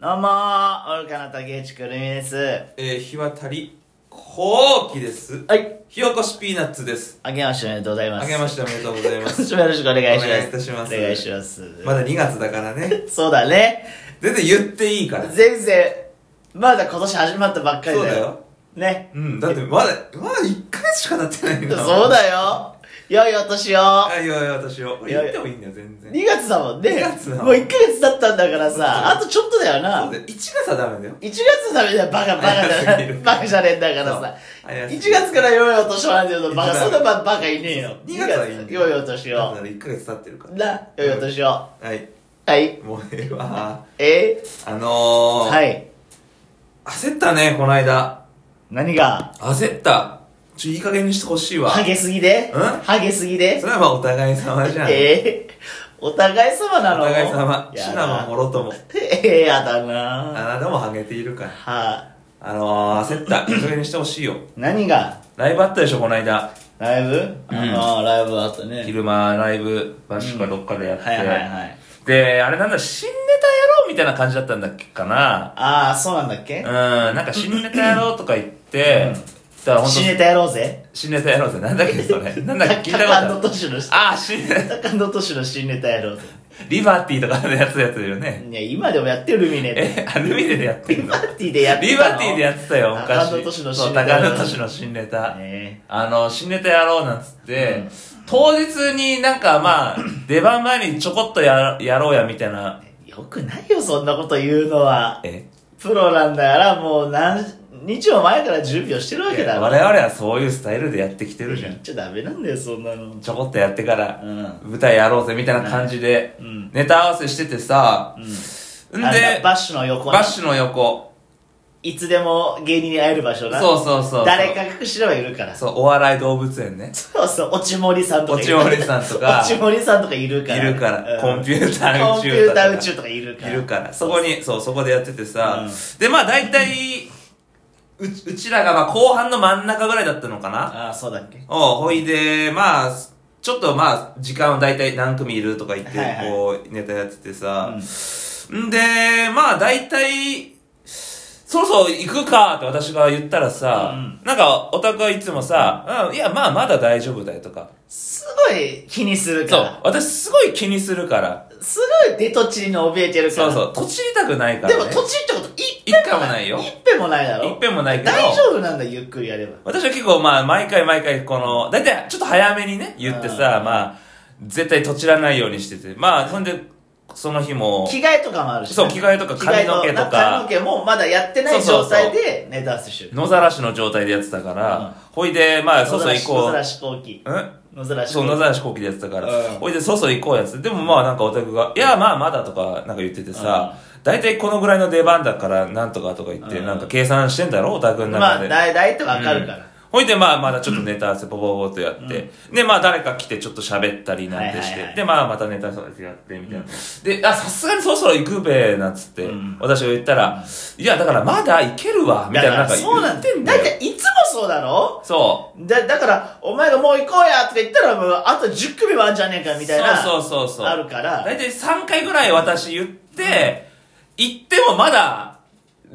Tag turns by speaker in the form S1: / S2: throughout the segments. S1: どうもー、愚かな竹内くるみです。
S2: えー、日渡り、後期です。
S1: はい。
S2: 火起こしピーナッツです。
S1: あけましておめでとうございま
S2: あ
S1: す。
S2: けましておめでとうございま
S1: 今
S2: す。
S1: 年もよろしくお願いします。
S2: お願いいたします
S1: お願いします。
S2: まだ2月だからね。
S1: そうだね。
S2: 全然言っていいから。
S1: 全然、まだ今年始まったばっかりだよ。
S2: そうだよ
S1: ね。
S2: うん、だってまだ、まだ1回しか経ってないん
S1: そう
S2: だよ。
S1: だよ。良いお年を。
S2: あ、いやいや、私を。
S1: いやいや
S2: 言ってもいいんだよ、全然。
S1: 2月だもんね。
S2: 二月だもん
S1: もう1ヶ月だったんだからさ、
S2: そう
S1: あとちょっとだよ
S2: そ
S1: な
S2: うだ。よ。1月はダメだよ。
S1: 1月のためにはバカバカ
S2: 早す
S1: だ
S2: ぎる
S1: バカじゃねえんだからさ
S2: そう早す
S1: 1
S2: ぎる
S1: 月から良いお年をなんて言うとバカ
S2: 一
S1: そ
S2: 番
S1: んなバカいねえよ
S2: 2月はいいんだよ。
S1: 良いお年
S2: だ
S1: を
S2: から1ヶ月経ってるから。
S1: な良いお年をは
S2: はい。
S1: い
S2: もうええわ。
S1: え
S2: あのー、
S1: はい
S2: 焦ったね、この間。
S1: 何が
S2: 焦った。ちょ、いい加減にしてほしいわ。
S1: ハゲすぎで
S2: うん
S1: ハゲすぎで
S2: それはまあお互い様じゃん。
S1: えーお互い様な
S2: お
S1: の
S2: 互い様。
S1: やだ
S2: シナモンもろとも。
S1: ええやだなは
S2: あなたもハゲているから。
S1: あ
S2: あの ー、焦った。それにしてほしいよ。
S1: 何が
S2: ライブあったでしょ、この間。
S1: ライブ
S2: うん
S1: ああライブあったね
S2: 昼間、ライブ、バシかどっかでやって。
S1: はいはいはい
S2: で、あれなんだ、新ネタやろうみたいな感じだったんだっけかな。
S1: ああそうなんだっけ
S2: うん、なんか新ネタやろうとか言って、だからほんと
S1: 死ねたやろうぜ
S2: 新ネタやろうぜ。なんだっけ、そ れ。なんだっけ、聞いたことあ
S1: 高野
S2: る。
S1: 敏の
S2: あー、新ネタ。
S1: 高野俊の新ネタやろうぜ。
S2: リバティとかのやつやつだ よね。
S1: いや、今でもやってるルミネで。
S2: え、アルミネでやって
S1: リ
S2: んの
S1: バティでやって
S2: リバティでやってたよ、昔。
S1: 高野俊の
S2: そ
S1: 新
S2: う
S1: ネタ。
S2: 高野俊の新ネタ。
S1: ね
S2: あの、新ネタやろうなんつって、当日になんか まあ、出番前にちょこっとややろうやみたいな。
S1: よくないよ、そんなこと言うのは。
S2: え
S1: プロなんだから、もう何日も前から準備をしてるわけ
S2: 我
S1: だろ。
S2: 々はそういうスタイルでやってきてるじゃ
S1: 言っ
S2: ん。
S1: ちゃダメなんだよ、そんなの。
S2: ちょこっとやってから
S1: う、ん。
S2: 舞台やろうぜみたいな感じで
S1: う、ん。
S2: ネタ合わせしててさ、ん
S1: あれだ
S2: で、
S1: バッシュの横
S2: バッシュの横。
S1: いつでも芸人に会える場所な。
S2: そうそうそう。
S1: 誰か隠しればいるから。
S2: そう、お笑い動物園ね。
S1: そうそう、落ち森さんとかいる。
S2: 落ち森さんとか
S1: 落ち森さんとかいるから。
S2: いるから
S1: うん
S2: コンピューター宇宙とか
S1: コンピューター宇宙とかいるから。
S2: いるから。そこに、そう、そこでやっててさ
S1: うん、
S2: で、まあ大体、うちうちらがまあ後半の真ん中ぐらいだったのかな
S1: ああ、そうだっけ。
S2: おうほいで、まあ、ちょっとまあ、時間は大体何組いるとか言って、
S1: はいはい
S2: こう、ネタやっててさ。
S1: うん
S2: んで、まあ大体、そろそろ行くかって私が言ったらさ、
S1: うん
S2: なんかオタクはいつもさ、うん、いやまあまだ大丈夫だよとか。
S1: すごい気にするか
S2: そう
S1: ら。、
S2: 私すごい気にするから。
S1: すごい出とちに怯えてるか
S2: そ
S1: ら。
S2: うそう、とちりたくないから、ね。
S1: でも、とちってこと、一
S2: 一回もないよ。
S1: ぺんもないだろ
S2: 一遍もないけど。
S1: 大丈夫なんだ、ゆっくりやれば。
S2: 私は結構まあ毎回毎回この大体ちょっと早めにね言って
S1: う
S2: さ
S1: ん
S2: まあ絶対とちらないようにしててまあほんでその日も
S1: 着替えとかもあるしね。
S2: そう着替えとか髪の毛とか
S1: 着替えな髪の毛もまだやってない
S2: そう
S1: 状
S2: そうそう
S1: 態でネタ合わせしてる。
S2: 野ざらしの状態でやってたから、
S1: うん
S2: ほいでまあそうそう行
S1: 野
S2: こ
S1: ざらし後期。
S2: ううん
S1: 野ざらし
S2: そう野ざらし後期でやってたか
S1: う
S2: ら、
S1: ん
S2: ほいでそうそう行こうやつでもまあなんかオタクが「いやまあまだ」とかなんか言っててさ、大体このぐらいの出番だからなんとかとか言って、
S1: うん
S2: なんか計算してんだろオタクの
S1: まあ、
S2: 中で、
S1: だいだいとわかるから。
S2: ほいで、まあ、まだちょっとネタ合わせ、ボボボボっとやって、で、まあ、誰か来て、ちょっと喋ったりなんて
S1: はい
S2: し
S1: はいはい
S2: て、で、まあ、またネタ合わせやって、みたいな。で、あ、さすがにそろそろ行くべ、なんつって
S1: うん、
S2: 私が言ったら、いや、だからまだ行けるわ、みたいな、なんか
S1: そうな
S2: 言
S1: ん
S2: っ
S1: だよ
S2: てん。だ
S1: だい
S2: よ。
S1: たいいつもそうだろ
S2: そ
S1: だ、だから、お前がもう行こうやとか言ったら、もう、あと10組もあんじゃねえか、
S2: う。
S1: みたいな。
S2: そうそうそうそう。
S1: あるから。
S2: 大体3回ぐらい私言って、行ってもまだ、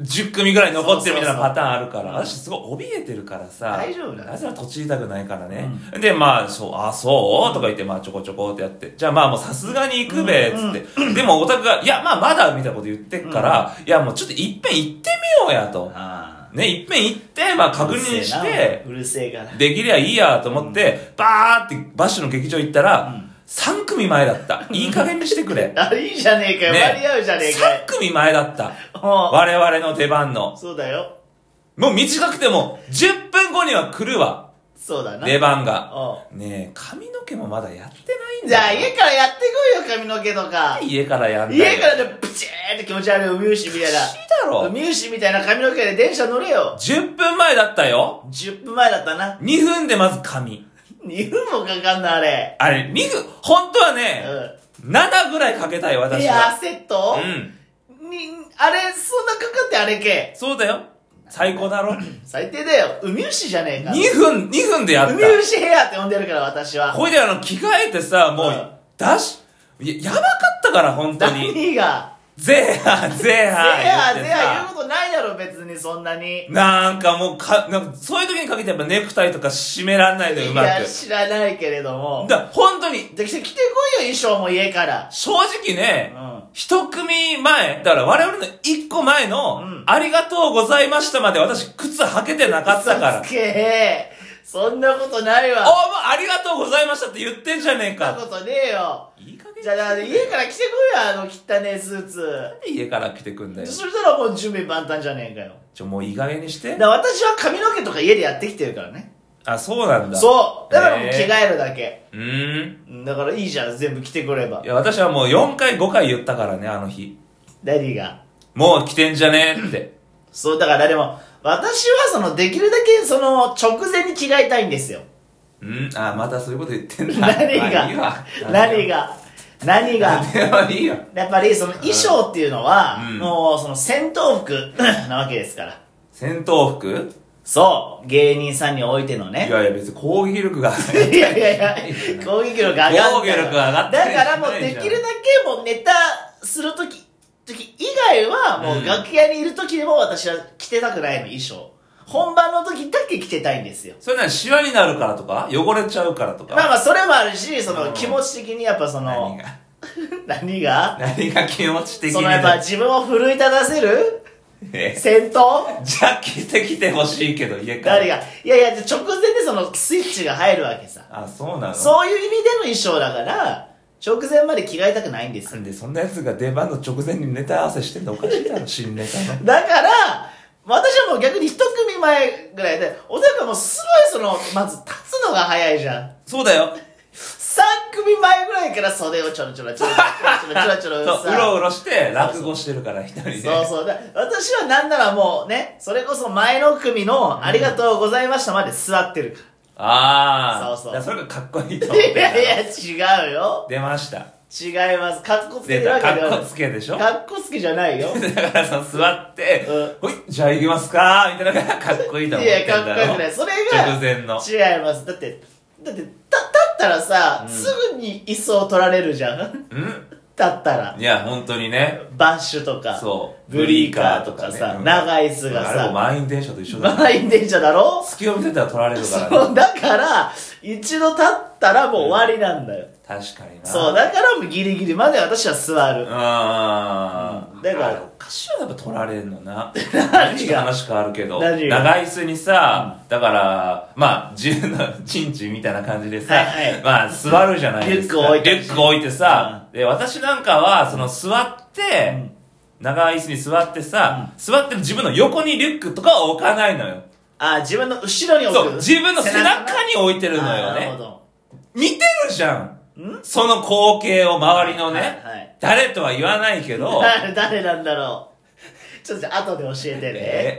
S2: 10組ぐらい残ってるみたいなパターンあるから、
S1: そうそう
S2: 私すごい怯えてるからさ、
S1: 大丈夫だよ
S2: なぜなら土地痛くないからね。で、まあ、そう、あ、そうとか言って、まあ、ちょこちょこってやって、じゃあまあもうさすがに行くべ、つって。でも、オタクが、いや、まあまだ、みたいなこと言ってっから、いや、もうちょっと一遍行ってみようやと。
S1: あ
S2: ね、一遍行って、まあ
S1: あ
S2: 確認して、
S1: うるせえなうるせえから。
S2: できりゃいいやと思って、バーってバッシュの劇場行ったら、3組前だった。いい加減にしてくれ。
S1: あ、いいじゃねえかよ。
S2: ね
S1: 割り合うじゃねえかよ
S2: 3。組前だった。
S1: お
S2: 我々の出番の。
S1: そうだよ。
S2: もう短くても、10分後には来るわ。
S1: そうだな。
S2: 出番が。
S1: おう
S2: ねえ、髪の毛もまだやってないん
S1: じゃあ
S2: だよ。
S1: 家からやってこいよ、髪の毛とか。
S2: 家からやんだよ。
S1: 家から
S2: ら
S1: でプチーって気持ち悪いウミウシみたいな。
S2: だ
S1: ウ
S2: ろ。
S1: ミウシみたいな髪の毛で電車乗れよ。
S2: 10分前だったよ。
S1: 10分前だったな。
S2: 2分でまず髪。
S1: 2分もかかんな、あれ。
S2: あれ、2分、本当は
S1: う
S2: ね、
S1: ん。
S2: 7ぐらいかけたい、私
S1: ヘア
S2: は。
S1: セット
S2: うん。
S1: に、あれ、そんなかかってあれけ。
S2: そうだよ。最高だろ。
S1: 最低だよ。ウミウシじゃねえか。
S2: 2分、2分でや
S1: ウ
S2: っ
S1: ミウシヘアって呼んでるから、私
S2: た。
S1: は。
S2: ほいであの、着替えてさ、も
S1: うん
S2: う、出し、いや、やばかったから、本当に。
S1: 何が。
S2: ゼア、ゼ
S1: ゼ
S2: ア
S1: ア、
S2: 言ってさ。
S1: ゼア言うことないだろ、別にそんなに。
S2: なんかもうか、なんかそういう時にかけてやっぱネクタイとか締めらんないのよ、う
S1: い
S2: ま
S1: や、
S2: く。
S1: 知らないけれども。
S2: だ、本当に、
S1: で、着てこいよ、衣装も家から。
S2: 正直ね、
S1: う
S2: 一組前、だから我々の一個前の、
S1: うん
S2: ありがとうございましたまで私靴履けてなかったから。お
S1: すげえ。そんなことないわ。
S2: お
S1: そ
S2: もうありがとうございましたって言ってんじゃね
S1: ん
S2: え
S1: な
S2: か。
S1: ことねえよ。
S2: いい加減
S1: じゃあ、だから家から着てこいよ、あの汚ねえスーツ。
S2: ら。家から来てくんだよ。
S1: そしたらもう準備万端じゃねえかよ。
S2: ちょ、もういい加減にして
S1: だか。ら私は髪の毛とか家でやってきてるからね。
S2: あ、そうなんだ。
S1: そう。だからもう着
S2: へえ
S1: 替えるだけ。
S2: うーん。
S1: だからいいじゃん、全部着てくれば
S2: い。や、私はもう4回5回言ったからね、あの日。
S1: 何が。
S2: もう来てんじゃねえって。
S1: そう、だからでも、私はその、できるだけその、直前に着替えたいんですよ。
S2: うんあ、またそういうこと言ってんだ。
S1: 何
S2: まあいい
S1: が
S2: わ。
S1: 何が何が
S2: 何でもいいよ。
S1: やっぱりその衣装っていうのは、
S2: うん
S1: もうその戦闘服 なわけですから。
S2: 戦闘服
S1: そう、芸人さんにおいての
S2: い
S1: ね。
S2: やいや、別に攻撃力 が。
S1: いやいやい や、攻撃力上がったから。
S2: 攻撃力上がった
S1: だからもうできるだけもうネタするとき、時以外はもう楽屋にいるときでも私は着てたくないの衣装。本番の時だけ着てたいんですよ。
S2: それなにシワになるからとか汚れちゃうからとか。
S1: まあまあそれもあるし、そ
S2: うん
S1: の気持ち的にやっぱそ
S2: 何
S1: の、
S2: が
S1: 何が
S2: 何が気持ち的
S1: そ
S2: に
S1: のやっぱ自分を奮い立たせる
S2: え
S1: 戦闘
S2: じゃあ着てきてほしいけど、家から。
S1: 誰がいやいや、直前でそのスイッチが入るわけさ。
S2: あ、そうなの
S1: そういう意味での衣装だから、直前まで着替えたくないんです
S2: なんで、そんな奴が出番の直前にネタ合わせしてんのおかしいだろ、新ネタの。
S1: だから、私はもう逆に一組前ぐらいで、おそらくもうすごいその、まず立つのが早いじゃん。
S2: そうだよ。
S1: 三組前ぐらいから袖をちょろちょろちょろちょろちょろちょ
S2: そ
S1: ろ
S2: う、う
S1: ちょろさ
S2: ろうろして、落語してるから、一人で。
S1: そうそうだ。私はなんならもうね、それこそ前の組のありがとうございましたまで座ってるか
S2: ああ。
S1: そうそう
S2: だからそれがかっこいいと
S1: ら。
S2: 思って。
S1: いやいや、違うよ。
S2: 出ました。
S1: 違います。かっこつけ
S2: 出
S1: てる
S2: た。
S1: わけ
S2: か
S1: では
S2: っ
S1: ない
S2: こつけでしょ
S1: かっこつけじゃない よ。
S2: だからその座って
S1: うん、
S2: ほい、じゃあ行きますかみたいなのがかっこいい
S1: い
S2: と思って
S1: や、
S2: ん
S1: かっこ
S2: だ
S1: よ
S2: ろ
S1: くない。それ
S2: 直前の。
S1: が違います。だって、だって、た立ったらさ、
S2: うん
S1: すぐに椅子を取られるじゃん。 立
S2: う
S1: ったら
S2: ん。いや、本当にね。
S1: バッシュとか、
S2: そう。
S1: ブリーカーとかさ、
S2: うん
S1: 長い椅子が
S2: あれも
S1: さ、
S2: 満員電車と一緒 だ
S1: 満員電車だろ
S2: 隙を見てたら取られるからね。
S1: そう、だから、一度立ったらもう終わりなんだよ。
S2: 確かにな。
S1: そう、だからもうギリギリまで私は座
S2: う
S1: る。
S2: ーん。
S1: だから
S2: あれおかしいよ、やっぱ取られるのな。
S1: 何
S2: ちょっと
S1: が
S2: 話変わるけど、長
S1: 何が
S2: い椅子にさ、だから、まあ、自由な、 チンチンみたいな感じでさ、
S1: はいはい
S2: まあ、座るじゃないですか。
S1: リュック置いて
S2: リュック置いてさ、で、私なんかは、その、座って、
S1: うん
S2: 長い椅子に座ってさ、座ってる自分の横にリュックとかは置かないのよ。
S1: あ、自分の後ろに置
S2: そう、
S1: く。
S2: 自分の背中
S1: に
S2: に置いて
S1: 置
S2: るのよ
S1: なるほ
S2: ね。
S1: ど。
S2: 似てるじゃん
S1: ん
S2: その光景を周りのね、
S1: はいはい
S2: 誰とは言わないけど、
S1: 誰誰なんだろう。ちょっと後で教えて
S2: え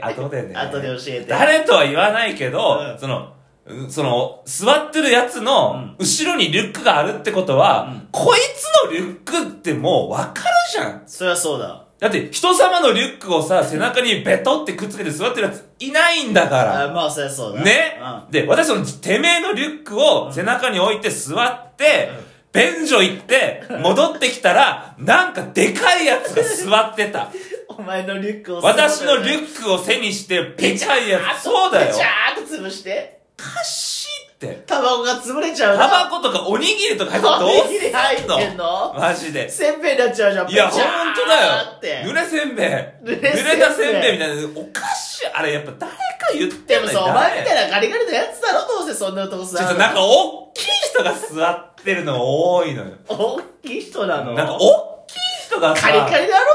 S1: ね。
S2: ー後でね。
S1: 後で教えて。
S2: 誰とは言わないけど、
S1: うん
S2: その、うんその、座ってるやつの
S1: ん、
S2: 後ろにリュックがあるってことは、
S1: うん
S2: こいつのリュックってもうわかるじゃん。
S1: そりゃそうだ。
S2: だって、人様のリュックをさ、背中にベトってくっつけて座ってるやついないんだから。
S1: あまあ、そりゃそうだ。
S2: ね、
S1: う
S2: で、私その、てめえのリュックを背中に置いて座って、便所行って、戻ってきたら、なんかでかいやつが座って た。
S1: ん。お前のリュックを。
S2: 私のリ
S1: ッ
S2: ュックを背にして、でかいやつ。そうだよ
S1: ジ。ャーっと潰して。
S2: おかしいって。
S1: タバコが潰れちゃう
S2: タ
S1: な。
S2: バコとかおにぎりとか入ったらどう
S1: おにぎり入
S2: す
S1: って
S2: ん
S1: ん
S2: の
S1: の
S2: マジで。
S1: せんべいになっちゃうじゃん。
S2: いや、
S1: ペ
S2: ほ
S1: チャ
S2: んとだ
S1: ーっ
S2: よ。
S1: て
S2: 濡れせんべい。濡
S1: 濡れせんべい
S2: れたせんべいみたいな。おかしい。あれ、やっぱ誰か言って
S1: で
S2: ん
S1: も
S2: の
S1: さ、お前み
S2: 誰
S1: たいなガリガリのやつだろ、どうせそんなとこさ。
S2: ちょっとなんか、大きい人が座ってるの多いのよ。
S1: 大きい人な
S2: な
S1: の
S2: んか、大きい人がさ。
S1: カリカリだろ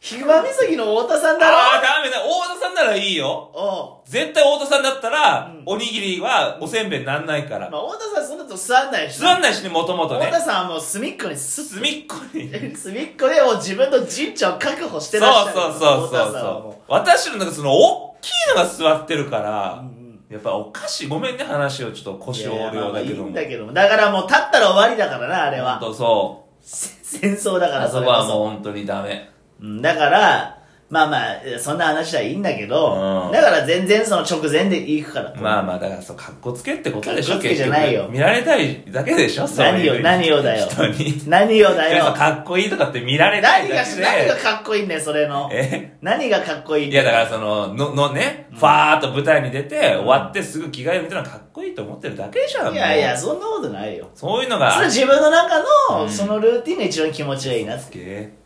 S1: ヒグマ岬の太田さんだ
S2: あー、
S1: ろ
S2: ダメだ。大田さんならいいよ。
S1: お
S2: 絶対大田さんだったら
S1: うん、
S2: おにぎりはおせんべいになんないか
S1: うま
S2: ら。
S1: あ、太田さんそんなとこ座んないし。
S2: 座んないしね、もともと
S1: 太
S2: ね
S1: 田。さんはもう隅っこにすっ
S2: 隅っこに。
S1: 隅っこでもう自分の陣地を確保してらっしゃる。
S2: そうそうそう
S1: 太
S2: そ
S1: 田
S2: う
S1: さんはも
S2: そう私のなんかその大きいのが座ってるから、
S1: ううん
S2: やっぱおかしいごめんね話をち
S1: う
S2: ょっと
S1: ん。い
S2: 腰
S1: や
S2: を
S1: い
S2: 折
S1: や
S2: る
S1: ま
S2: よ
S1: あ
S2: う
S1: まあ
S2: だ
S1: い
S2: け
S1: い
S2: ども
S1: んだけども。だからもう立ったら終わりだからな、あれ
S2: ほん
S1: は。
S2: とそう
S1: 戦争だから、
S2: あそこはもう
S1: う。
S2: 本当にダメ
S1: うんだから、まあまあ、そんな話はいいんだけど、
S2: うん
S1: だから全然その直前で行くから。
S2: まあまあ、だからそう、かっこつけってことでし
S1: か
S2: ょ、
S1: っこつけじゃないよ
S2: 結局見られたいだけでしょ、そう
S1: 何
S2: いう
S1: よ、何よだよ。
S2: 人に。
S1: 何よだ
S2: でも
S1: よ。
S2: かっこいいとかって見られた
S1: 何
S2: いだ
S1: が、
S2: け
S1: 何が
S2: で。
S1: かっこいいんだよ、それの。
S2: え
S1: 何がかっこいいん
S2: い
S1: だ
S2: や
S1: よ。
S2: だからその、の、のね、ファーっと舞台に出て、終わってすぐ着替えるみたいなのかっこいいと思ってるだけじゃん。
S1: いやいや、
S2: もう
S1: そんなことないよ。
S2: そういうの
S1: それ
S2: が、
S1: 自分の中
S2: う
S1: の、
S2: ん
S1: そのルーティンが一番気持ちがいいなって。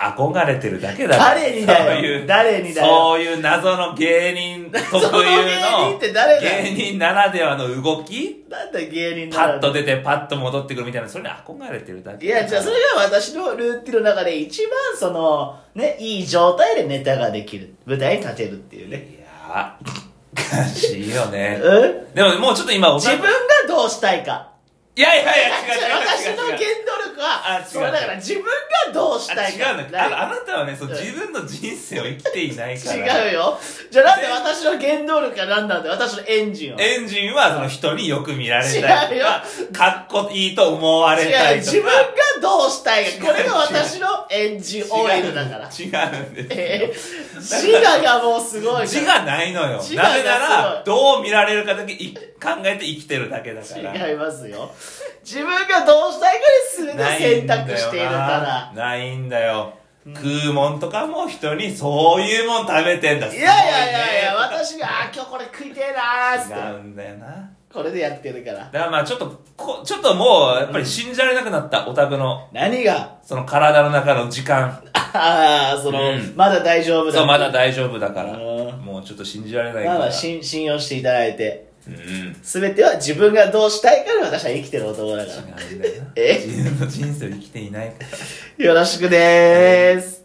S2: 憧れてるだけだから
S1: 誰にだ
S2: そうい
S1: よ。
S2: う
S1: 誰にだよ。
S2: そういう謎の芸人特有
S1: その芸人
S2: の
S1: って誰だよ
S2: 芸人ならではの動き
S1: なんだ芸人
S2: パ
S1: な
S2: ッと
S1: の
S2: 出てパッと戻ってくるみたいなそれに憧れてるだけ
S1: いや、じゃあそれが私のルーティンの中で一番その、ね、いい状態でネタができる。舞台に立てるっていうね。
S2: いやー悲しいよ
S1: う
S2: ね
S1: ん
S2: でももうちょっと今お
S1: 自
S2: さ
S1: 分がどうしたいか。
S2: いやいやいや違う違う違
S1: 私の
S2: う違う
S1: 原動力
S2: あ違
S1: は、
S2: う
S1: それだから自分がどうした
S2: あ
S1: い
S2: 違
S1: か。
S2: うの
S1: な
S2: ああなたはねそう
S1: うん
S2: 自分の人生を生きていないから
S1: 違うよ。じゃあなんで私の原動力は何なんだよ。私のエンジンは。
S2: エンジンはその人によく見られた
S1: 違
S2: り
S1: う
S2: と
S1: よ
S2: かかっこいいと思われた
S1: 違う、
S2: りとか
S1: 自分がどうしたいか。これが私のエンジンオイルだから。
S2: 違うんですよ
S1: えー自我がもうすごいから。
S2: 字がないのよな
S1: 字
S2: ぜ
S1: が
S2: な
S1: ない
S2: らどう見られるかだけい考えて生きてるだけだから
S1: 違いますよ。自分がどうしたいかですべ
S2: ない
S1: て選
S2: んだよ
S1: 択している
S2: な
S1: か
S2: ないんだよ食うもんとかも人にそういうもん食べてんだ
S1: ら。い
S2: す
S1: や
S2: ご
S1: い
S2: い
S1: やいやいや、
S2: ね
S1: 私が、あー今日これ食いてえなー
S2: と
S1: っつっ
S2: か違うんだよな
S1: て、これでやってるから。
S2: だからまあちょっとこちょっともうやっぱり信じられなくなったオタクの
S1: 何が、
S2: その体の中の時間
S1: ああ、その、
S2: うん
S1: まだ大丈夫だ。
S2: そうまだ大丈夫だから
S1: うん
S2: もうちょっと信じられないか
S1: ま
S2: ら
S1: だ信信用していただいて、
S2: うん違
S1: すべては自分がどうしたいかで私は生きてる男だから。
S2: うんだよな
S1: え
S2: 自分の人生を生きていないから
S1: よろしくでーす。